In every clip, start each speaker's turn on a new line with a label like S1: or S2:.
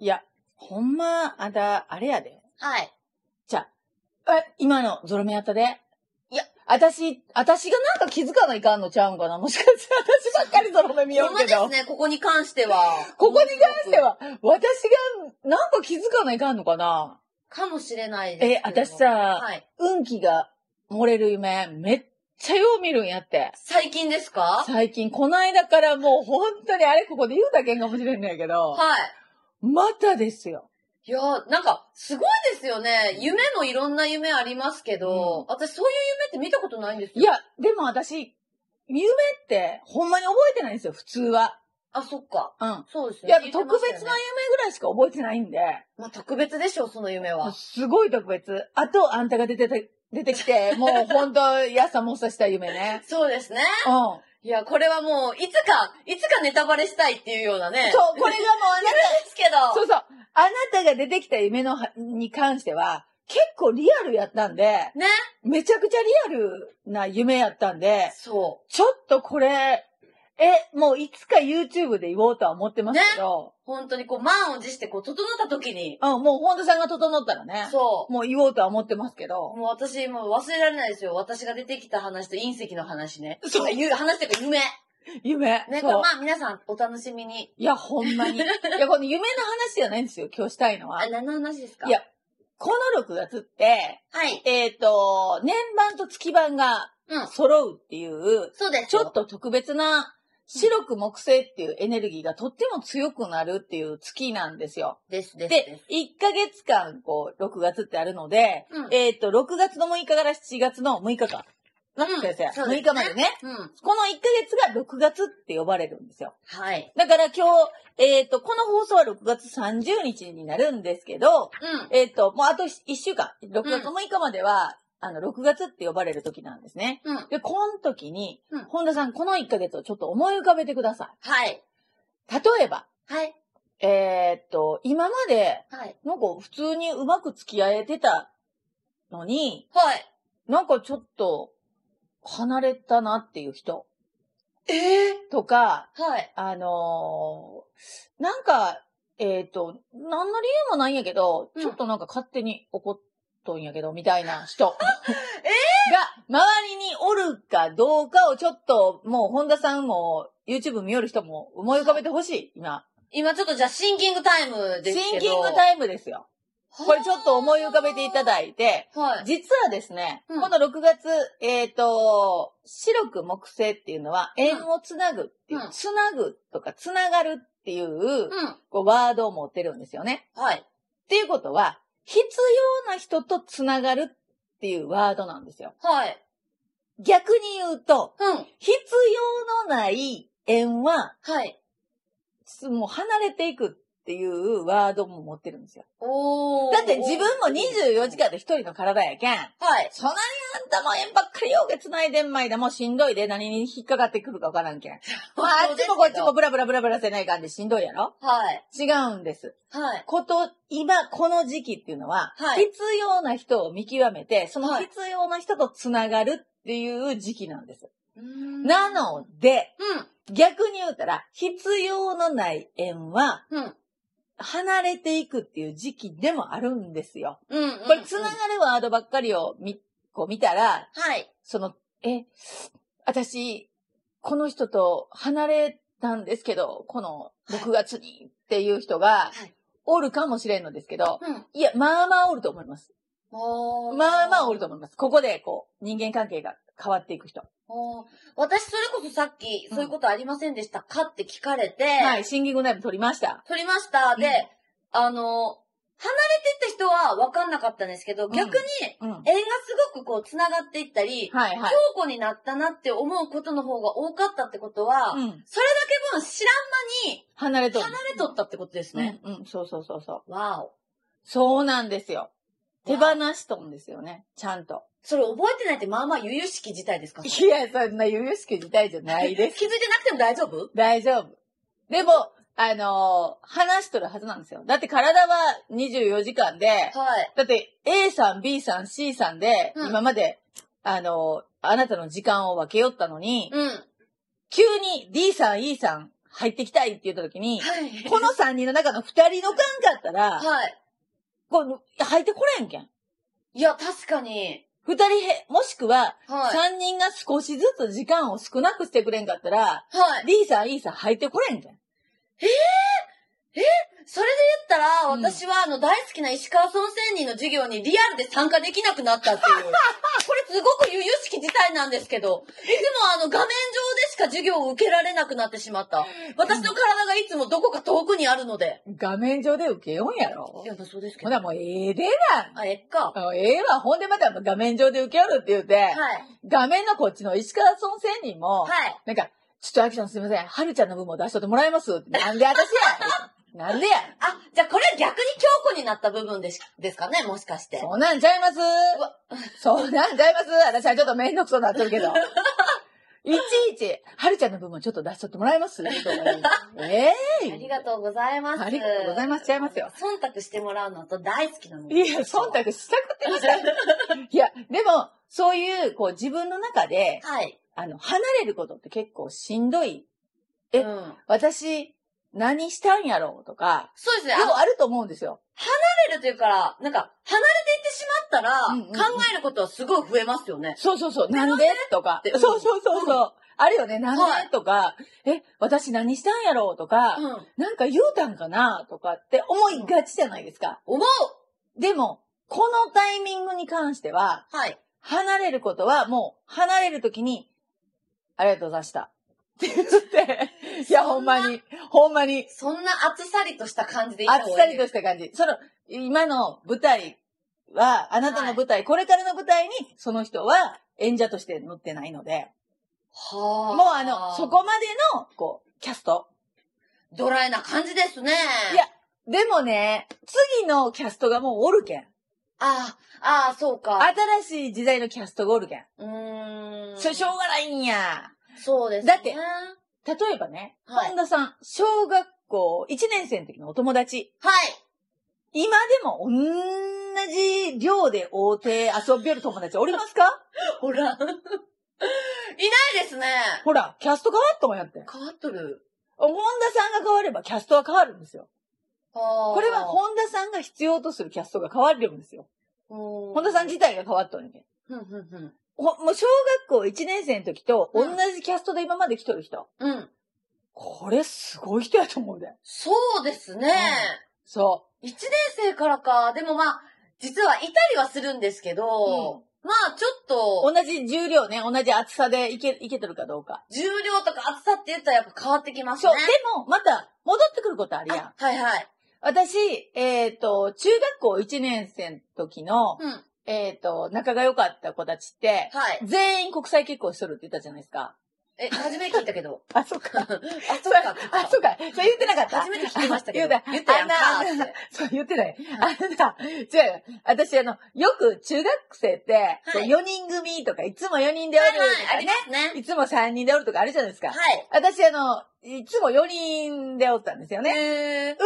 S1: いや、ほんま、あんた、あれやで。
S2: はい。
S1: え、今のゾロ目やったで。
S2: いや、
S1: 私、私がなんか気づかないかんのちゃうんかなもしかして私ばっかりゾロ目見よ
S2: ほん
S1: る
S2: ま
S1: け
S2: です
S1: ど。
S2: ね、ここに関しては。
S1: ここに関して。は、私がなんか気づかないかんのかな
S2: かもしれないですけ
S1: え
S2: ど、
S1: 私。さ、
S2: はい。
S1: 運気が漏れる夢、めっちゃよう見るんやって。
S2: 最近ですか
S1: 最近、こないだからもう本当にあれここで言うだけんかもしれんねんけど、
S2: はい。
S1: またですよ。
S2: いやー、なんか、すごいですよね。夢もいろんな夢ありますけど、
S1: うん
S2: 私そういう夢って見たことないんですよ。
S1: いや、でも私、夢ってほんまに覚えてないんですよ、普通は。
S2: あ、そっか。
S1: うん。
S2: そうですね。
S1: やっぱ
S2: 聞いて
S1: 特
S2: ましたよね
S1: 別な夢ぐらいしか覚えてないんで、
S2: まあ、特別でしょう、その夢は。
S1: すごい特別。あと、あんたが出てた、出てきて、もうほんと、やさもさした夢ね。
S2: そうですね。
S1: うん。
S2: いや、これはもう、いつか、いつかネタバレしたいっていうようなね。
S1: そう、これがもうあな
S2: う。ですけど。
S1: た、そうそう、あなたが出てきた夢のは、に関しては、結構リアルやったんで、
S2: ね。
S1: めちゃくちゃリアルな夢やったんで、
S2: そ
S1: ちょっとこれ、え、もういつか YouTube で言おうとは思ってますけど、
S2: う。本当にこう、満を持してこう、整った時に。
S1: うん、もう本田さんが整ったらね、
S2: そう。
S1: もう言おうとは思ってますけど、
S2: もう私、もう忘れられないですよ。私が出てきた話と隕石の話ね。
S1: そう
S2: いう話っていうか夢。
S1: 夢。
S2: ね、こ
S1: そう
S2: れまあ皆さんお楽しみに。
S1: いや、ほんまに。いや、この夢の話じゃないんですよ、今日したいのは
S2: あ、。何の話ですか
S1: いや、この6月って、
S2: はい。
S1: えっ、と、年版と月版が
S2: うん。
S1: 揃うっていう、
S2: そうです。
S1: ちょっ。と特別な、白く木星っていうエネルギーがとっても強くなるっていう月なんですよ。
S2: ですです
S1: で
S2: です。、
S1: 1ヶ月間、こう、6月ってあるので、
S2: うん
S1: えっ、と、6月の6日から7月の6日間。な
S2: うん
S1: 先生、
S2: そうです
S1: 6
S2: ね
S1: 日までね。
S2: うん。
S1: この1ヶ月が6月って呼ばれるんですよ。
S2: はい。
S1: だから今日、えっ、と、この放送は6月30日になるんですけど、
S2: うん。
S1: えっ、と、もうあと1週間、6月6日までは、あの、6月って呼ばれる時なんですね。
S2: うん。
S1: で、この時に、
S2: うん
S1: 本田さん、この1ヶ月をちょっと思い浮かべてくださ
S2: はい。
S1: い。例えば、
S2: はい。
S1: えっ、と、今まで、
S2: はい。
S1: なんか普通にうまく付き合えてたのに、
S2: はい。
S1: なんかちょっと、離れたなっていう人
S2: ええ
S1: とか、
S2: はい。
S1: あのーなんか、えっ、と、何の理由もないんやけど、
S2: うん
S1: ちょっとなんか勝手に怒っとんやけど、みたいな 人。が、周りにおるかどうかをちょっと、もう本田さんも、YouTube 見よる人も思い浮かべてほしい、今。
S2: 今ちょっとじゃあシンキングタイムです
S1: シン
S2: けど。
S1: キング
S2: イ
S1: タイムですよ。
S2: ム
S1: これちょっと思い浮かべていただ
S2: い
S1: いて、
S2: て。はい。
S1: 実はですね、
S2: うん
S1: この6月、えっ、と、白く木星っていうのは、縁をつなぐっていう
S2: うん
S1: つなぐとかつながるっていう、
S2: うん。
S1: こうワードを持ってるんですよね。
S2: はい。
S1: っていうことは、必要な人とつながるっていうワードなんですよ。
S2: はい。
S1: 逆に言うと、
S2: うん。
S1: 必要のない縁は、
S2: はい。
S1: すもう離れていくっていうワードも持ってるんですよ。
S2: おー。
S1: だって自分も24時間で一人の体やけん。
S2: はい。
S1: そんなにあんたも縁ばっかりようけ繋いでんまいだもうしんどいで何に引っかかってくるかわから んけん。まああっちもこっちもブラブラブラブラせないかんでしんどいやろ
S2: はい。
S1: 違うんです。
S2: はい。
S1: こと、今、この時期っていうのは、
S2: はい
S1: 必要な人を見極めて、その
S2: はい
S1: 必要な人と繋がるっていう時期なんです。
S2: な
S1: な、ので、
S2: うん、
S1: 逆に言うたら、必要のない縁は、
S2: うん、
S1: 離れていくっていう時期でもあるんですよ。
S2: うん。
S1: これ、繋が
S2: うん
S1: るワードばっかりを見、こう見たら、
S2: はい。
S1: その、え、私、この人と離れたんですけど、この6月にっていう人が
S2: はい、
S1: おるかもしれんのですけど、
S2: うん。
S1: いや、まあまあおると思います。
S2: おー
S1: まあまあおると思います。ここで、こう、人間関係が変わっていく人。
S2: おー私、それこそさっき、
S1: うん
S2: そういうことありませんでしたかって聞かれて、
S1: はい、シンギングナイブ取りました。
S2: 取りました。で、あの、離れてった人は分かんなかったんですけど、
S1: ん
S2: 逆に、
S1: うん。はい
S2: 縁がすごくこう、繋がっていったり、
S1: はい。
S2: 強固になったなって思うことの方が多かったってことは、
S1: うん。
S2: 多分知らん間に
S1: 離れとる
S2: 離れとったってことですね。
S1: うん、うん、そうそうそうそう。
S2: わお。
S1: そうなんですよ。手放しとんですよね、ちゃんと。
S2: それ覚えてないってまあまあ悠々しき事態ですか
S1: いや、そんな悠々しく事態じゃない です。
S2: 気づいてなくても大丈夫
S1: 大丈夫。でも、あのー話しとるはずなんですよ。だって体は24時間で、
S2: はい。
S1: だって A さん、B さん、C さんで、
S2: うん
S1: 今まで、あのーあなたの時間を分けよったのに、
S2: うん。
S1: 急に D さん、E さん、入ってきたいって言った時に、
S2: はい。
S1: この3人の中の2人のかんかったら、
S2: はい。
S1: こう入ってこれんけん。
S2: いや、確かに。
S1: 2人へ、もしくは、
S2: はい。
S1: 3人が少しずつ時間を少なくしてくれんかったら、
S2: はい。
S1: リーさん、イーさん入ってこれんけん。
S2: それで言ったら、
S1: うん
S2: 私はあの大好きな石川村仙人の授業にリアルで参加できなく なったっていう。これすごく由々しき事態なんですけど、いつもあの画面上でしか授業を受けられなくなってしまった。私の体がいつもどこか遠くにあるので。
S1: 画面上で受けようんやろ
S2: い。や、まあそうですけ
S1: ほ
S2: ど。
S1: な、もうええで
S2: あ、えっか。は
S1: な。ええわ。ほんでまた画面上で受けよるって言うて、
S2: い。は
S1: 画面のこっちの石川村仙人も、
S2: い。
S1: なんか、ちょっとアキさんすいません。はるちゃんの分も出しとってもらえますなんで私やなんでや
S2: あ、じゃあこれ逆に強固になった部分でしですかね、もしかして。
S1: そうなんちゃいます
S2: わ
S1: そうなんちゃいます私はちょっとめんどくそうになってる けど。いちいち、はるちゃんの分もちょっと出しとってもらえますええ
S2: ありがとうございます。
S1: ありがとうございますちゃいますよ。
S2: 忖度してもらうのと大好きなの。
S1: いや、忖度したくてました。 いや、でも、そういう、こう、自分の中で、
S2: はい。
S1: あの、離れることって結構しんどい。え
S2: うん
S1: 私、何したんやろうとか、
S2: そうですね。あ
S1: よう
S2: の、
S1: あると思うんですよ。
S2: 離れるというから、なんか、離れていってしまったら、
S1: うんうんうん
S2: 考えることはすごい増えますよね。
S1: そうそうそう、なんでとか
S2: て。うん
S1: そうそうそうそう。あるよね、なんで、
S2: はい
S1: とか、え、私何したんやろうとか、
S2: うん。
S1: なんか言うたんかなとかって思いがちじゃないですか。
S2: 思う
S1: でも、このタイミングに関しては、
S2: はい。
S1: 離れることはもう離れるときに、ありがとうございました。って 言って、いや、ほんまに、ほんまに、
S2: そんなあっさりとした感じでい
S1: あっさり
S2: と。
S1: とした感じ。その、今の舞台は、あなたの舞台、これからの舞台に、その人は演者として乗ってないので、
S2: は
S1: も
S2: あ。
S1: うあの、そ。こまでの、こう、キャスト。
S2: ドライな感じですね。
S1: いやでもね、次のキャストがもうおるけん。
S2: ああ、ああ、そうか。
S1: 新しい時代のキャストがおるけん。
S2: うーん。
S1: それしょうがないんや。
S2: そうですね。
S1: だって例えばね、
S2: はい
S1: 本田さん、小学校1年生の時のお友達、
S2: はい。
S1: 今でも同じ寮で大手遊びよる友達おりますか
S2: ほら。 いないですね。
S1: ほら、キャスト変わったもんやって。
S2: 変わっとる。
S1: 本田さんが変わればキャストは変わるんですよ。
S2: こ
S1: これは本田さんが必要とするキャストが変わるんですよ。本田さん自体が変わったんやけん
S2: うん、うん、うん。
S1: ほもう小学校1年生の時と同じキャストで今まで来とる人。
S2: うん。
S1: これすごい人やと思うで。
S2: そうですね。
S1: そ
S2: 一年生からか。でもまあ、実はいたりはするんですけど、まあちょっ
S1: う。
S2: と
S1: 同、じ重量ね、同じ厚さでいけ、いけてるかどうか。
S2: 重量とか厚さって言ったらやっぱ変わってきます
S1: そ
S2: ね
S1: う。で。も、また、戻ってくることあるやん
S2: あ。はいはい。
S1: 私、えっ、と、中学校1年生の時の、
S2: うん。
S1: えっ、と、仲が良かった子たちって、
S2: はい。
S1: 全員国際結婚しとるって言ったじゃないですか。
S2: え、初めて聞いたけど。
S1: あ、そっ
S2: あ、
S1: か。
S2: そっか。
S1: あ、そっか。それ言ってなかった
S2: 初めて聞きましたけど。
S1: 言うた
S2: 言ったやんか
S1: あんな
S2: って。
S1: そう、言ってない。あれだ。違うよ。私、あの、よく中学生って、
S2: い
S1: こう4人組とか、いつも4人でお
S2: は
S1: る
S2: い
S1: と
S2: はい、あ
S1: か
S2: り
S1: ね
S2: ま、すね。
S1: いつも3人でおるとかあるじゃないですか。
S2: はい。
S1: 私、あの、いつも4人でおったんですよね。
S2: へー
S1: う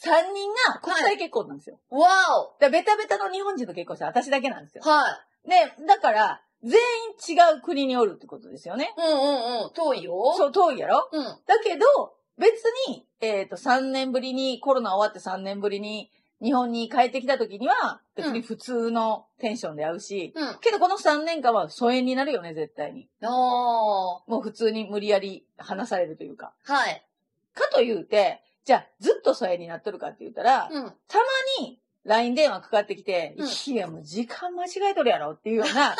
S1: ち3人が国際結婚なんですよ。
S2: わお
S1: だからベタベタの日本人の結婚した私だけなんですよ。
S2: はい。
S1: ね、だから、全員違う国におるってことですよね。
S2: うんうんうん。遠いよ。
S1: そう、遠いやろ
S2: うん。は
S1: だけど、別に、えっ、と、3年ぶりに、コロナ終わって3年ぶりに、日本に帰ってきた時には、別に普通のテンションで会うし、
S2: うん
S1: けどこの3年間は疎遠になるよね、絶対に。
S2: い。お
S1: もう普通に無理やり話されるというか。
S2: ー。はい。
S1: かというて、じゃあ、ずっと疎遠になっとるかって言ったら、
S2: うん。
S1: に LINE 電話かかってきて、
S2: うん
S1: いや、もう時間間違えとるやろっていうよう な、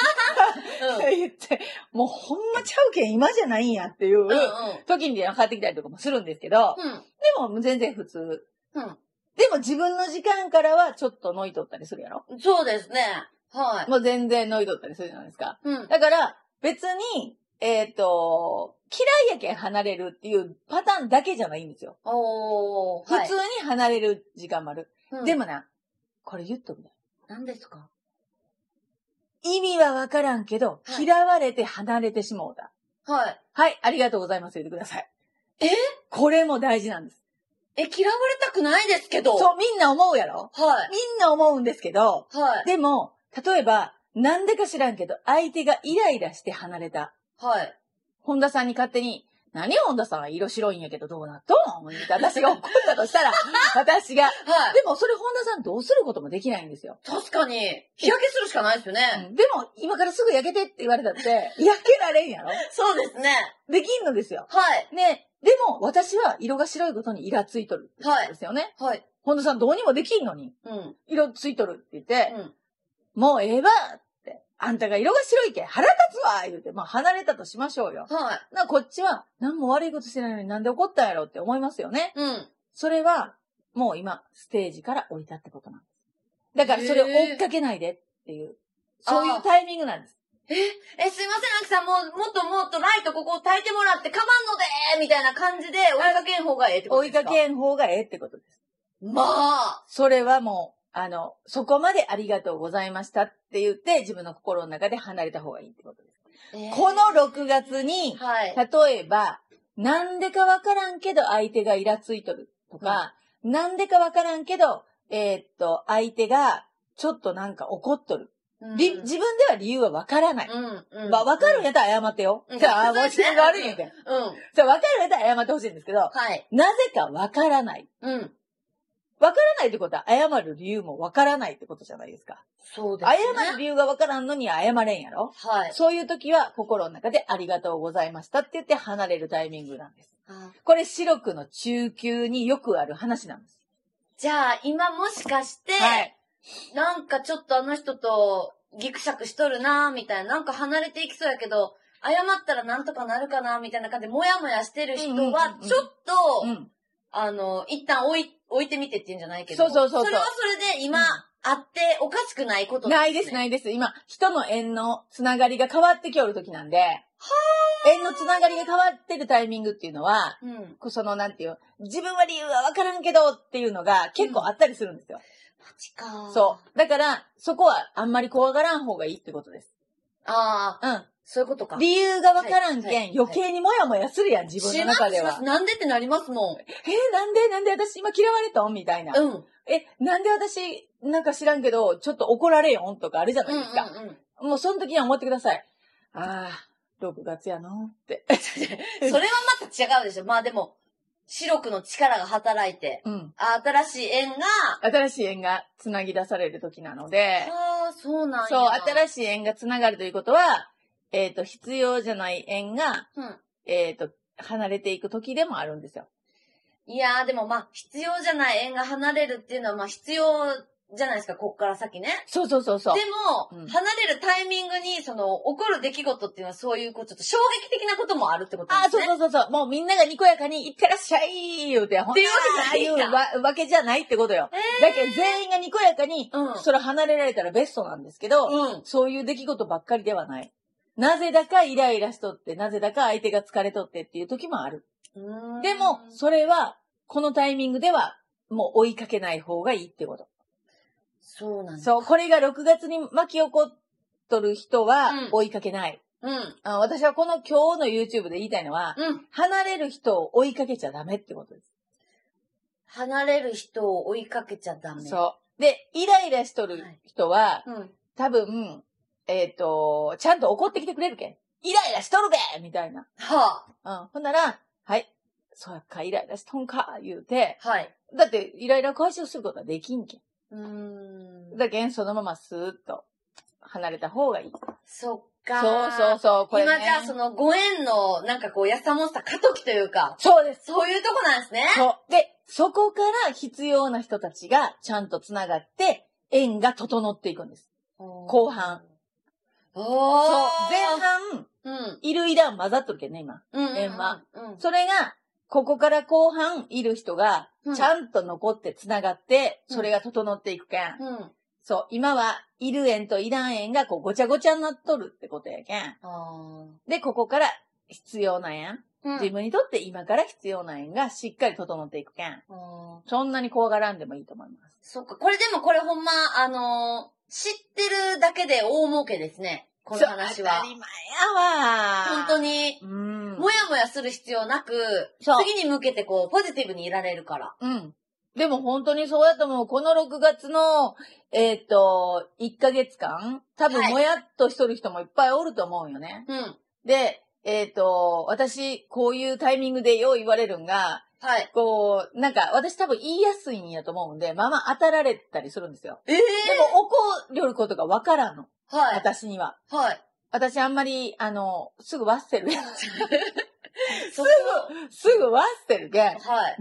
S1: 言って、もうほんまちゃうけん今じゃないんやっていう
S2: うん。うんうん。
S1: 時に電話かかってきたりとかもするんですけど、
S2: うん。
S1: でも全然普通。でも自分の時間からはちょっとノイとったりするやろ
S2: うん。そうですね。はい。
S1: もう全然ノイとったりするじゃないですか。
S2: うん。
S1: だから別に、えっ、と、嫌いやけん離れるっていうパターンだけじゃないんですよ。
S2: おー。
S1: 普通に離れる時間もある。
S2: 通
S1: で、もな、これ言っとくね。
S2: 何ですか
S1: 意味はわからんけど、
S2: はい
S1: 嫌われて離れてしもうた。
S2: はい。
S1: はい、ありがとうございます。言ってください。
S2: え
S1: これも大事なんです。
S2: え、嫌われたくないですけど。
S1: そう、みんな思うやろ
S2: はい。
S1: みんな思うんですけど、
S2: はい。
S1: でも、例えば、なんでか知らんけど、相手がイライラして離れた。
S2: はい。
S1: 本田さんに勝手に、何本田さん色白いんやけどどうなっとんって私が怒ったとしたら、私が。
S2: はい。
S1: でもそれ本田さんどうすることもできないんですよ。
S2: 確かに、日焼けするしかないですよね。
S1: でも今からすぐ焼けてって言われたって、焼けられんやろ
S2: そうですね。
S1: できんのですよ。
S2: はい。
S1: ね。でも私は色が白いことにイラついとる
S2: は
S1: ん
S2: い
S1: で。すよね。
S2: はい。
S1: 本田さんどうにもできんのに、
S2: うん。うん。
S1: 色ついとるって言って、もうええわって。あんたが色が白いけん腹立つわ言うて、まあ離れたとしましょうよ。
S2: はい。
S1: な、こっちは何も悪いことしてないのになんで怒ったんやろって思いますよね。
S2: うん。
S1: それは、もう今、ステージから置いたってことなんです。だからそれを追っかけないでっていう、そういうタイミングなんです。
S2: え、すいません、アキさん、もう、もっともっとライトここを焚いてもらって、かまんのでーみたいな感じで追いかけん方がええってこと
S1: 追
S2: で
S1: い
S2: すか
S1: かけん方がええってことです。
S2: まあ、
S1: それはもう、あの、そこまでありがとうございましたって言って、自分の心の中で離れた方がいいってことです。この6月に、
S2: はい。
S1: 例えば、なんでかわからんけど相手がイラついとるとか、なんでかわからんけど、えーっと、相手がちょっとなんか怒っとる。り
S2: うん
S1: 自分では理由はわからない。
S2: うん。うん。
S1: まあ、わかるんやったら謝ってよ。
S2: うん
S1: じゃあ、
S2: そう
S1: も
S2: ですね
S1: が悪いんやけど。
S2: うん。は
S1: じゃあ、わかるんやったら謝ってほしいんですけど、
S2: い。
S1: なぜかわからない。
S2: うん。
S1: わからないってことは、謝る理由もわからないってことじゃないですか。
S2: そうです
S1: 謝
S2: ね。
S1: る理由がわからんのに謝れんやろ
S2: はい。
S1: そういう時は、心の中でありがとうございましたって言って離れるタイミングなんです。
S2: あ
S1: これ、白くの中級によくある話なんです。
S2: じゃあ、今もしかして、
S1: はい。
S2: なんかちょっとあの人とギクシャクしとるなーみたいな、なんか離れていきそうやけど、謝ったらなんとかなるかなーみたいな感じで、もやもやしてる人
S1: うんうん
S2: は
S1: うん、うん
S2: ちょっと、
S1: うん。
S2: あの、一旦置い、置いてみてっていうんじゃないけど。
S1: そうそうそうそう
S2: れはそれで今、
S1: うん
S2: あっておかしくないこと
S1: ないです、ないです。今、人の縁のつながりが変わってきおる時なんで、縁のつながりが変わってるタイミングっていうのは、
S2: うん。間違
S1: こうその、なんていう、自分は理由はわからんけどっていうのが結構あったりするんですよ。
S2: か。
S1: そう。だから、そこはあんまり怖がらん方がいいってことです。
S2: ああ、
S1: うん。
S2: そういうことか。
S1: 理由がわからんけん、
S2: はいはい
S1: 余計にもやもやするやん、自分
S2: し
S1: の
S2: ます
S1: 中で
S2: しま
S1: は
S2: す。。なんでってなりますもん。
S1: えーなんでなんで私今嫌われたんみたいな。
S2: うん。うん
S1: え、なんで私、なんか知らんけど、ちょっと怒られよんとかあるじゃな
S2: う
S1: い
S2: ん
S1: ですか。
S2: うん。
S1: もうその時には思ってください。ああ、6月やのって。
S2: それはまた違うでしょ。まあでも、視力の力が働いて、
S1: うん。
S2: あ新しい縁が、
S1: 新しい縁が繋ぎ出される時なので、
S2: ああ、そうなんや。
S1: そう、
S2: しい。
S1: 新しい縁が繋がるということは、えっ、と、必要じゃない縁が、
S2: うん。
S1: えっ、と、離れていく時でもあるんですよ。
S2: いやーでもまあ、必要じゃない縁が離れるっていうのはまあ必要じゃないですか、こっから先ね。
S1: そうそうそうそう
S2: で。も、
S1: うん
S2: 離れるタイミングに、その、起こる出来事っていうのはそういう、こう、ちょっと衝撃的なこともあるってこと
S1: ああ、
S2: です
S1: そう
S2: ね。
S1: そうそうそう。もうみんながにこやかに、いってらっしゃい言うて、ほん
S2: っていうわけじゃないんだ
S1: わわけじゃないってことよ。
S2: え
S1: だけど全員がにこやかに、
S2: うん
S1: それ離れられたらベストなんですけど、
S2: うん。
S1: そういう出来事ばっかりではない。なぜだかイライラしとって、なぜだか相手が疲れとってっていう時もある。
S2: うーん
S1: でも、それは、このタイミングでは、もう追いかけない方がいいってこと。
S2: そうなんだ。
S1: そう、これが6月に巻き起こっとる人は
S2: うん、
S1: 追いかけない、
S2: うん。
S1: あ。私はこの今日の YouTube で言いたいのは、
S2: うん。
S1: 離れる人を追いかけちゃダメってことです。
S2: 離れる人を追いかけちゃダメ。う。
S1: そう。で、イライラしとる人は、
S2: うん。
S1: 多分、えっ、と、ちゃんと怒ってきてくれるけん。イライラしとるべみたいな。
S2: は
S1: うん。ほんなら、はい。そうやっか、イライラしとんか、言うて。
S2: あ、はい。
S1: だって、イライラを解消することはできんけ
S2: うー
S1: ん。
S2: ん。
S1: だけん、そのままスーッと離れた方がいい。
S2: そっか
S1: そう
S2: ー。
S1: そうそう、これ、ね。
S2: 今じゃあ、その、ご縁の、なんかこう、やさもさ、過渡期というか、
S1: そうです。
S2: そういうとこなんですね。
S1: そう。で、そこから必要な人たちがちゃんと繋がって、縁が整っていくんです。後
S2: 後
S1: 半。
S2: お
S1: そう。
S2: ー。
S1: 前半、
S2: うん。
S1: いるいらん混ざっとるけんね、今。
S2: うんうん。
S1: 前半
S2: うん。
S1: それが、ここから後半いる人が
S2: うん、
S1: ちゃんと残って繋がって、
S2: うん
S1: それが整っていくけん。
S2: うん。
S1: そう、今は、いる縁といらん縁がこうごちゃごちゃになっとるってことやけん。
S2: あ
S1: で、ここから必要な縁、
S2: ー。
S1: 自分にとって今から必要な縁がしっかり整っていくけん。
S2: うん。あー
S1: そんなに怖がらんでもいいと思います。
S2: そっか、これでもこれほんま、あのー知ってるだけで大儲けですね。この話
S1: そう当
S2: は
S1: た。り前やわ。
S2: 本当。に、
S1: うん。
S2: もやもやする必要なく、
S1: そう
S2: 次に向けてこう、ポジティブにいられるから。
S1: うん。でも本当にそうやと思う。この6月の、えっ、と、1ヶ月間、多分
S2: はい
S1: もやっとしとる人もいっぱいおると思うよね。
S2: うん。
S1: で、えっ、と、私、こういうタイミングでよう言われるんが、
S2: はい。
S1: こう、なんか、私多分言いやすいんやと思うんで、まあまあ当たられたりするんですよ。
S2: ええ
S1: でも怒りょることがわからんの。
S2: はい。
S1: 私には。
S2: はい。
S1: 私あんまり、あの、すぐ忘れる。
S2: すぐ
S1: すぐ忘れるけん。
S2: は
S1: な
S2: い。
S1: んで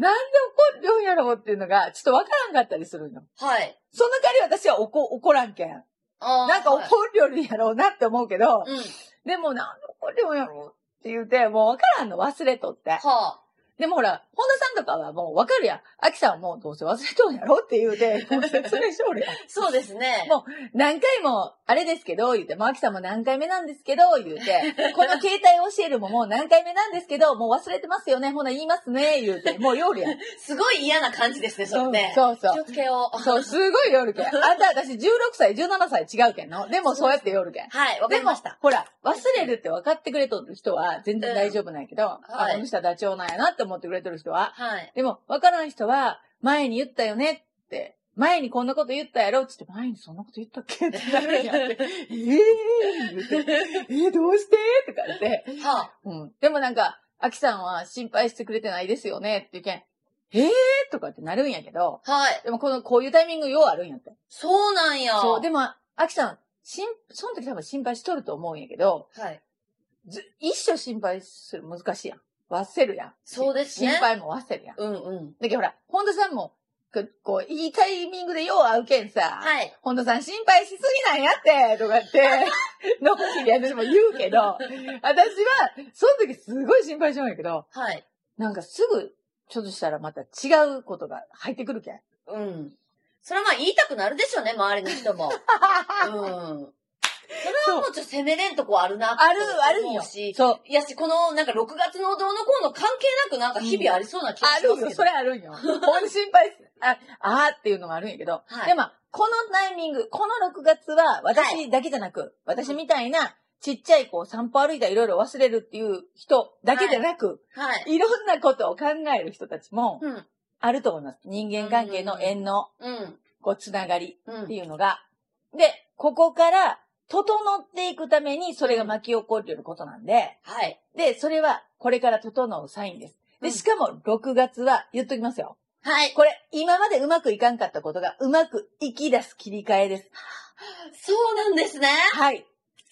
S1: 怒りょんやろうっていうのが、ちょっとわからんかったりするの。
S2: はい。
S1: その代わり私は怒、怒らんけん。
S2: あー
S1: なんか怒
S2: はい
S1: りょるんやろうなって思うけど、
S2: うん。
S1: でもなんで怒りょんやろうって言うて、もうわからんの忘れとって。
S2: は
S1: でもほら、本田さんとかはもうわかるやん。アキさんはもうどうせ忘れとんやろって言う て、もう説明しとるやん。
S2: あ。そうですね。
S1: も何回も、あれですけど、言うて、もうアキさんも何回目なんですけど、言うて、この携帯教えるももう何回目なんですけど、もう忘れてますよね、ほな言いますね、言うて、もう夜やん。
S2: すごい嫌な感じです ね、それね。
S1: そうそう
S2: 気。をつけよう。
S1: そう、すごい 夜けん。あんた私16歳、17歳違うけんの。でもそうやって夜けん。
S2: はい、わか
S1: で
S2: り
S1: も
S2: ました。、
S1: ほら、忘れるって分かってくれとる人は全然大丈夫なんやけど、あ、
S2: はい
S1: この人はダチョウなんやなって思ってくれとる人は。
S2: はい。
S1: でも、分からん人は、前に言ったよねって、前にこんなこと言ったやろっつって、前にそんなこと言ったっけってなる んやって。えー、言うてえー、どうしてとか言って。
S2: は
S1: うん。でもなんか、アキさんは心配してくれてないですよねって言うけん。えーとかってなるんやけど、
S2: あ。 はい。
S1: でもこの、こういうタイミングようあるんやって。
S2: そうなんや。
S1: そう。でも、アキさん、しん、その時多分心配しとると思うんやけど、
S2: はい。
S1: ず、一生心配する難しいやん。忘れるやん。
S2: そうですね
S1: 心配も忘れるやん。だ
S2: うんうん。
S1: けどほら、本田さんも、ここう、いいタイミングでよう会うけんさ、
S2: はい。
S1: 本田さん心配しすぎなんやって、とか って、のんきり私も言うけど、私は、その時すごい心配しようんやけど、
S2: はい。
S1: なんかすぐ、ちょっとしたらまた違うことが入ってくるけん。
S2: うん。それはまあ言いたくなるでしょうね、周りの人 も。うん。それはもうちょっと責めれんとこあるな
S1: ある、あるん
S2: 思
S1: よ
S2: う。し。
S1: そう。
S2: いやし、この、なんか6月のどうのこうの関係なくなんか日々ありそうな気が
S1: あ
S2: し
S1: る
S2: ま
S1: ん
S2: す
S1: よ、
S2: け
S1: そ
S2: ど。
S1: れあるん よ。ほんに心配す、あ、あーっていうのもあるんやけど。
S2: はい
S1: でも、このタイミング、この6月は、
S2: は
S1: 私だけじゃなく、私みたいな、ちっちゃいこう散歩歩いたらいろいろ忘れるっていう人だけじゃなく、
S2: はい。
S1: い、ろんなことを考える人たちも
S2: うん。
S1: あると思います。人間関係の縁の、
S2: うん。
S1: こう、つながり
S2: う
S1: って
S2: ん。
S1: いうのが。で、ここから、整っていくために、それが巻き起こることなんで、
S2: はい。
S1: で、それは、これから整うサインです。
S2: う
S1: で、
S2: ん
S1: しかも、6月は、言っときますよ。
S2: はい。
S1: これ、今までうまくいかんかったことが、うまく生き出す切り替えです。
S2: そうなんですね。
S1: はい。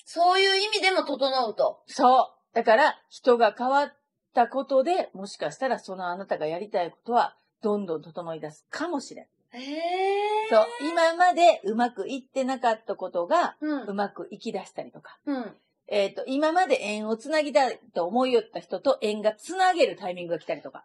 S2: そういう意味でも整うと。
S1: そう。だから、人が変わったことで、もしかしたらそのあなたがやりたいことは、どんどん整い出すかもしれん。
S2: へ
S1: そう。今までうまくいってなかったことが、
S2: う。う。
S1: うんまく生き出したりとか。
S2: うん。
S1: えっ、と、今まで縁をつなぎたいと思いよった人と縁がつなげるタイミングが来たりとか。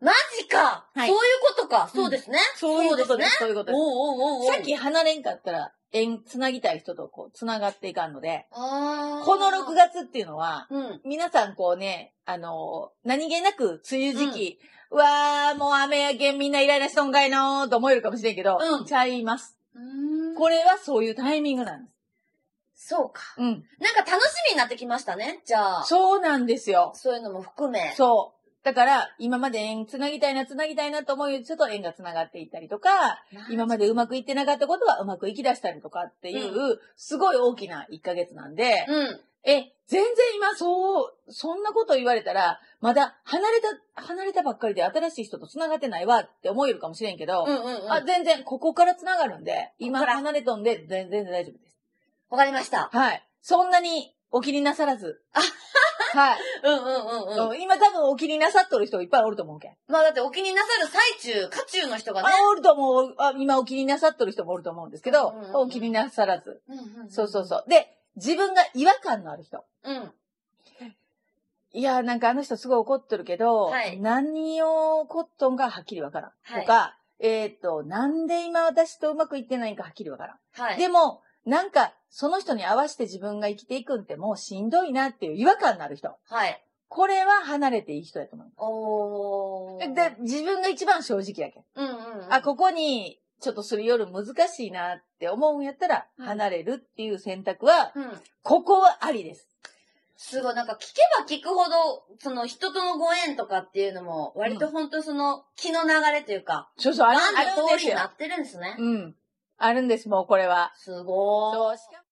S2: マジか、
S1: はい
S2: そういうこと
S1: う
S2: か、
S1: ん
S2: そうですね。
S1: そうで
S2: ね。
S1: す。そういうことです。
S2: おうおうおうおう
S1: さっき離れんかったら、縁つなぎたい人とこう、つながっていかんので、
S2: あー
S1: この6月っていうのは、
S2: うん。
S1: 皆さんこうね、あのー何気なく梅雨時期、うわー、もう雨やけんみんなイライラしとんかいのーと思えるかもしれんけど、
S2: うん
S1: ちゃいます。
S2: うーん
S1: これはそういうタイミングなんです。
S2: そうか。
S1: うん。
S2: なんか楽しみになってきましたね。じゃあ。
S1: そうなんですよ。
S2: そういうのも含め。
S1: そう。だから、今まで縁つなぎたいな、つなぎたいなと思うよりちょっと縁がつながっていったりとか、今ま
S2: で。
S1: でうまくいってなかったことはうまくいき出したりとかっていう、すごい大きな1ヶ月なんで、
S2: うん。
S1: え、全然今そう、そんなこと言われたら、まだ離れた、離れたばっかりで新しい人と繋がってないわって思えるかもしれんけど、
S2: うんうんうん。
S1: あ、全然ここから繋がるんで、今
S2: ここから
S1: 離れとんで全然大丈夫です。
S2: わかりました。
S1: はい。そんなにお気になさらず。はい、
S2: うんうんうんうん。
S1: 今多分お気になさっとる人いっぱいおると思うけん。
S2: まあだってお気になさる最中、渦中の人がね。
S1: あおると思うあ、今お気になさっとる人もおると思うんですけど、
S2: うんうんうん
S1: お気になさらず。
S2: うんうんん
S1: そうそうそう。で、自分が違和感のある人。
S2: うん。
S1: いやーなんかあの人すごい怒っとるけど、
S2: はい
S1: 何を怒っとんかはっきりわからん。
S2: はい
S1: とか、えっ、と、なんで今私とうまくいってないんかはっきりわからん。
S2: はい。
S1: でも、なんか、その人に合わせて自分が生きていくんってもうしんどいなっていう違和感のある人。
S2: はい。
S1: これは離れていい人やと思
S2: お
S1: う。
S2: ー。
S1: で、、自分が一番正直やけん。
S2: うんうんうん。
S1: あ、ここに、ちょっとする夜難しいなって思うんやったら、
S2: うん
S1: 離れるっていう選択は、
S2: うん。
S1: ここはありです。
S2: すごい、なんか聞けば聞くほど、その人とのご縁とかっていうのも、割と本当その気の流れというか、
S1: そうそう、あ
S2: あ
S1: る
S2: ん、
S1: あるん
S2: の
S1: で
S2: 通
S1: す
S2: りに
S1: よ
S2: な。ってるんですね。
S1: うん。あるんです、もうこれは。
S2: すごーい。
S1: そう、しかも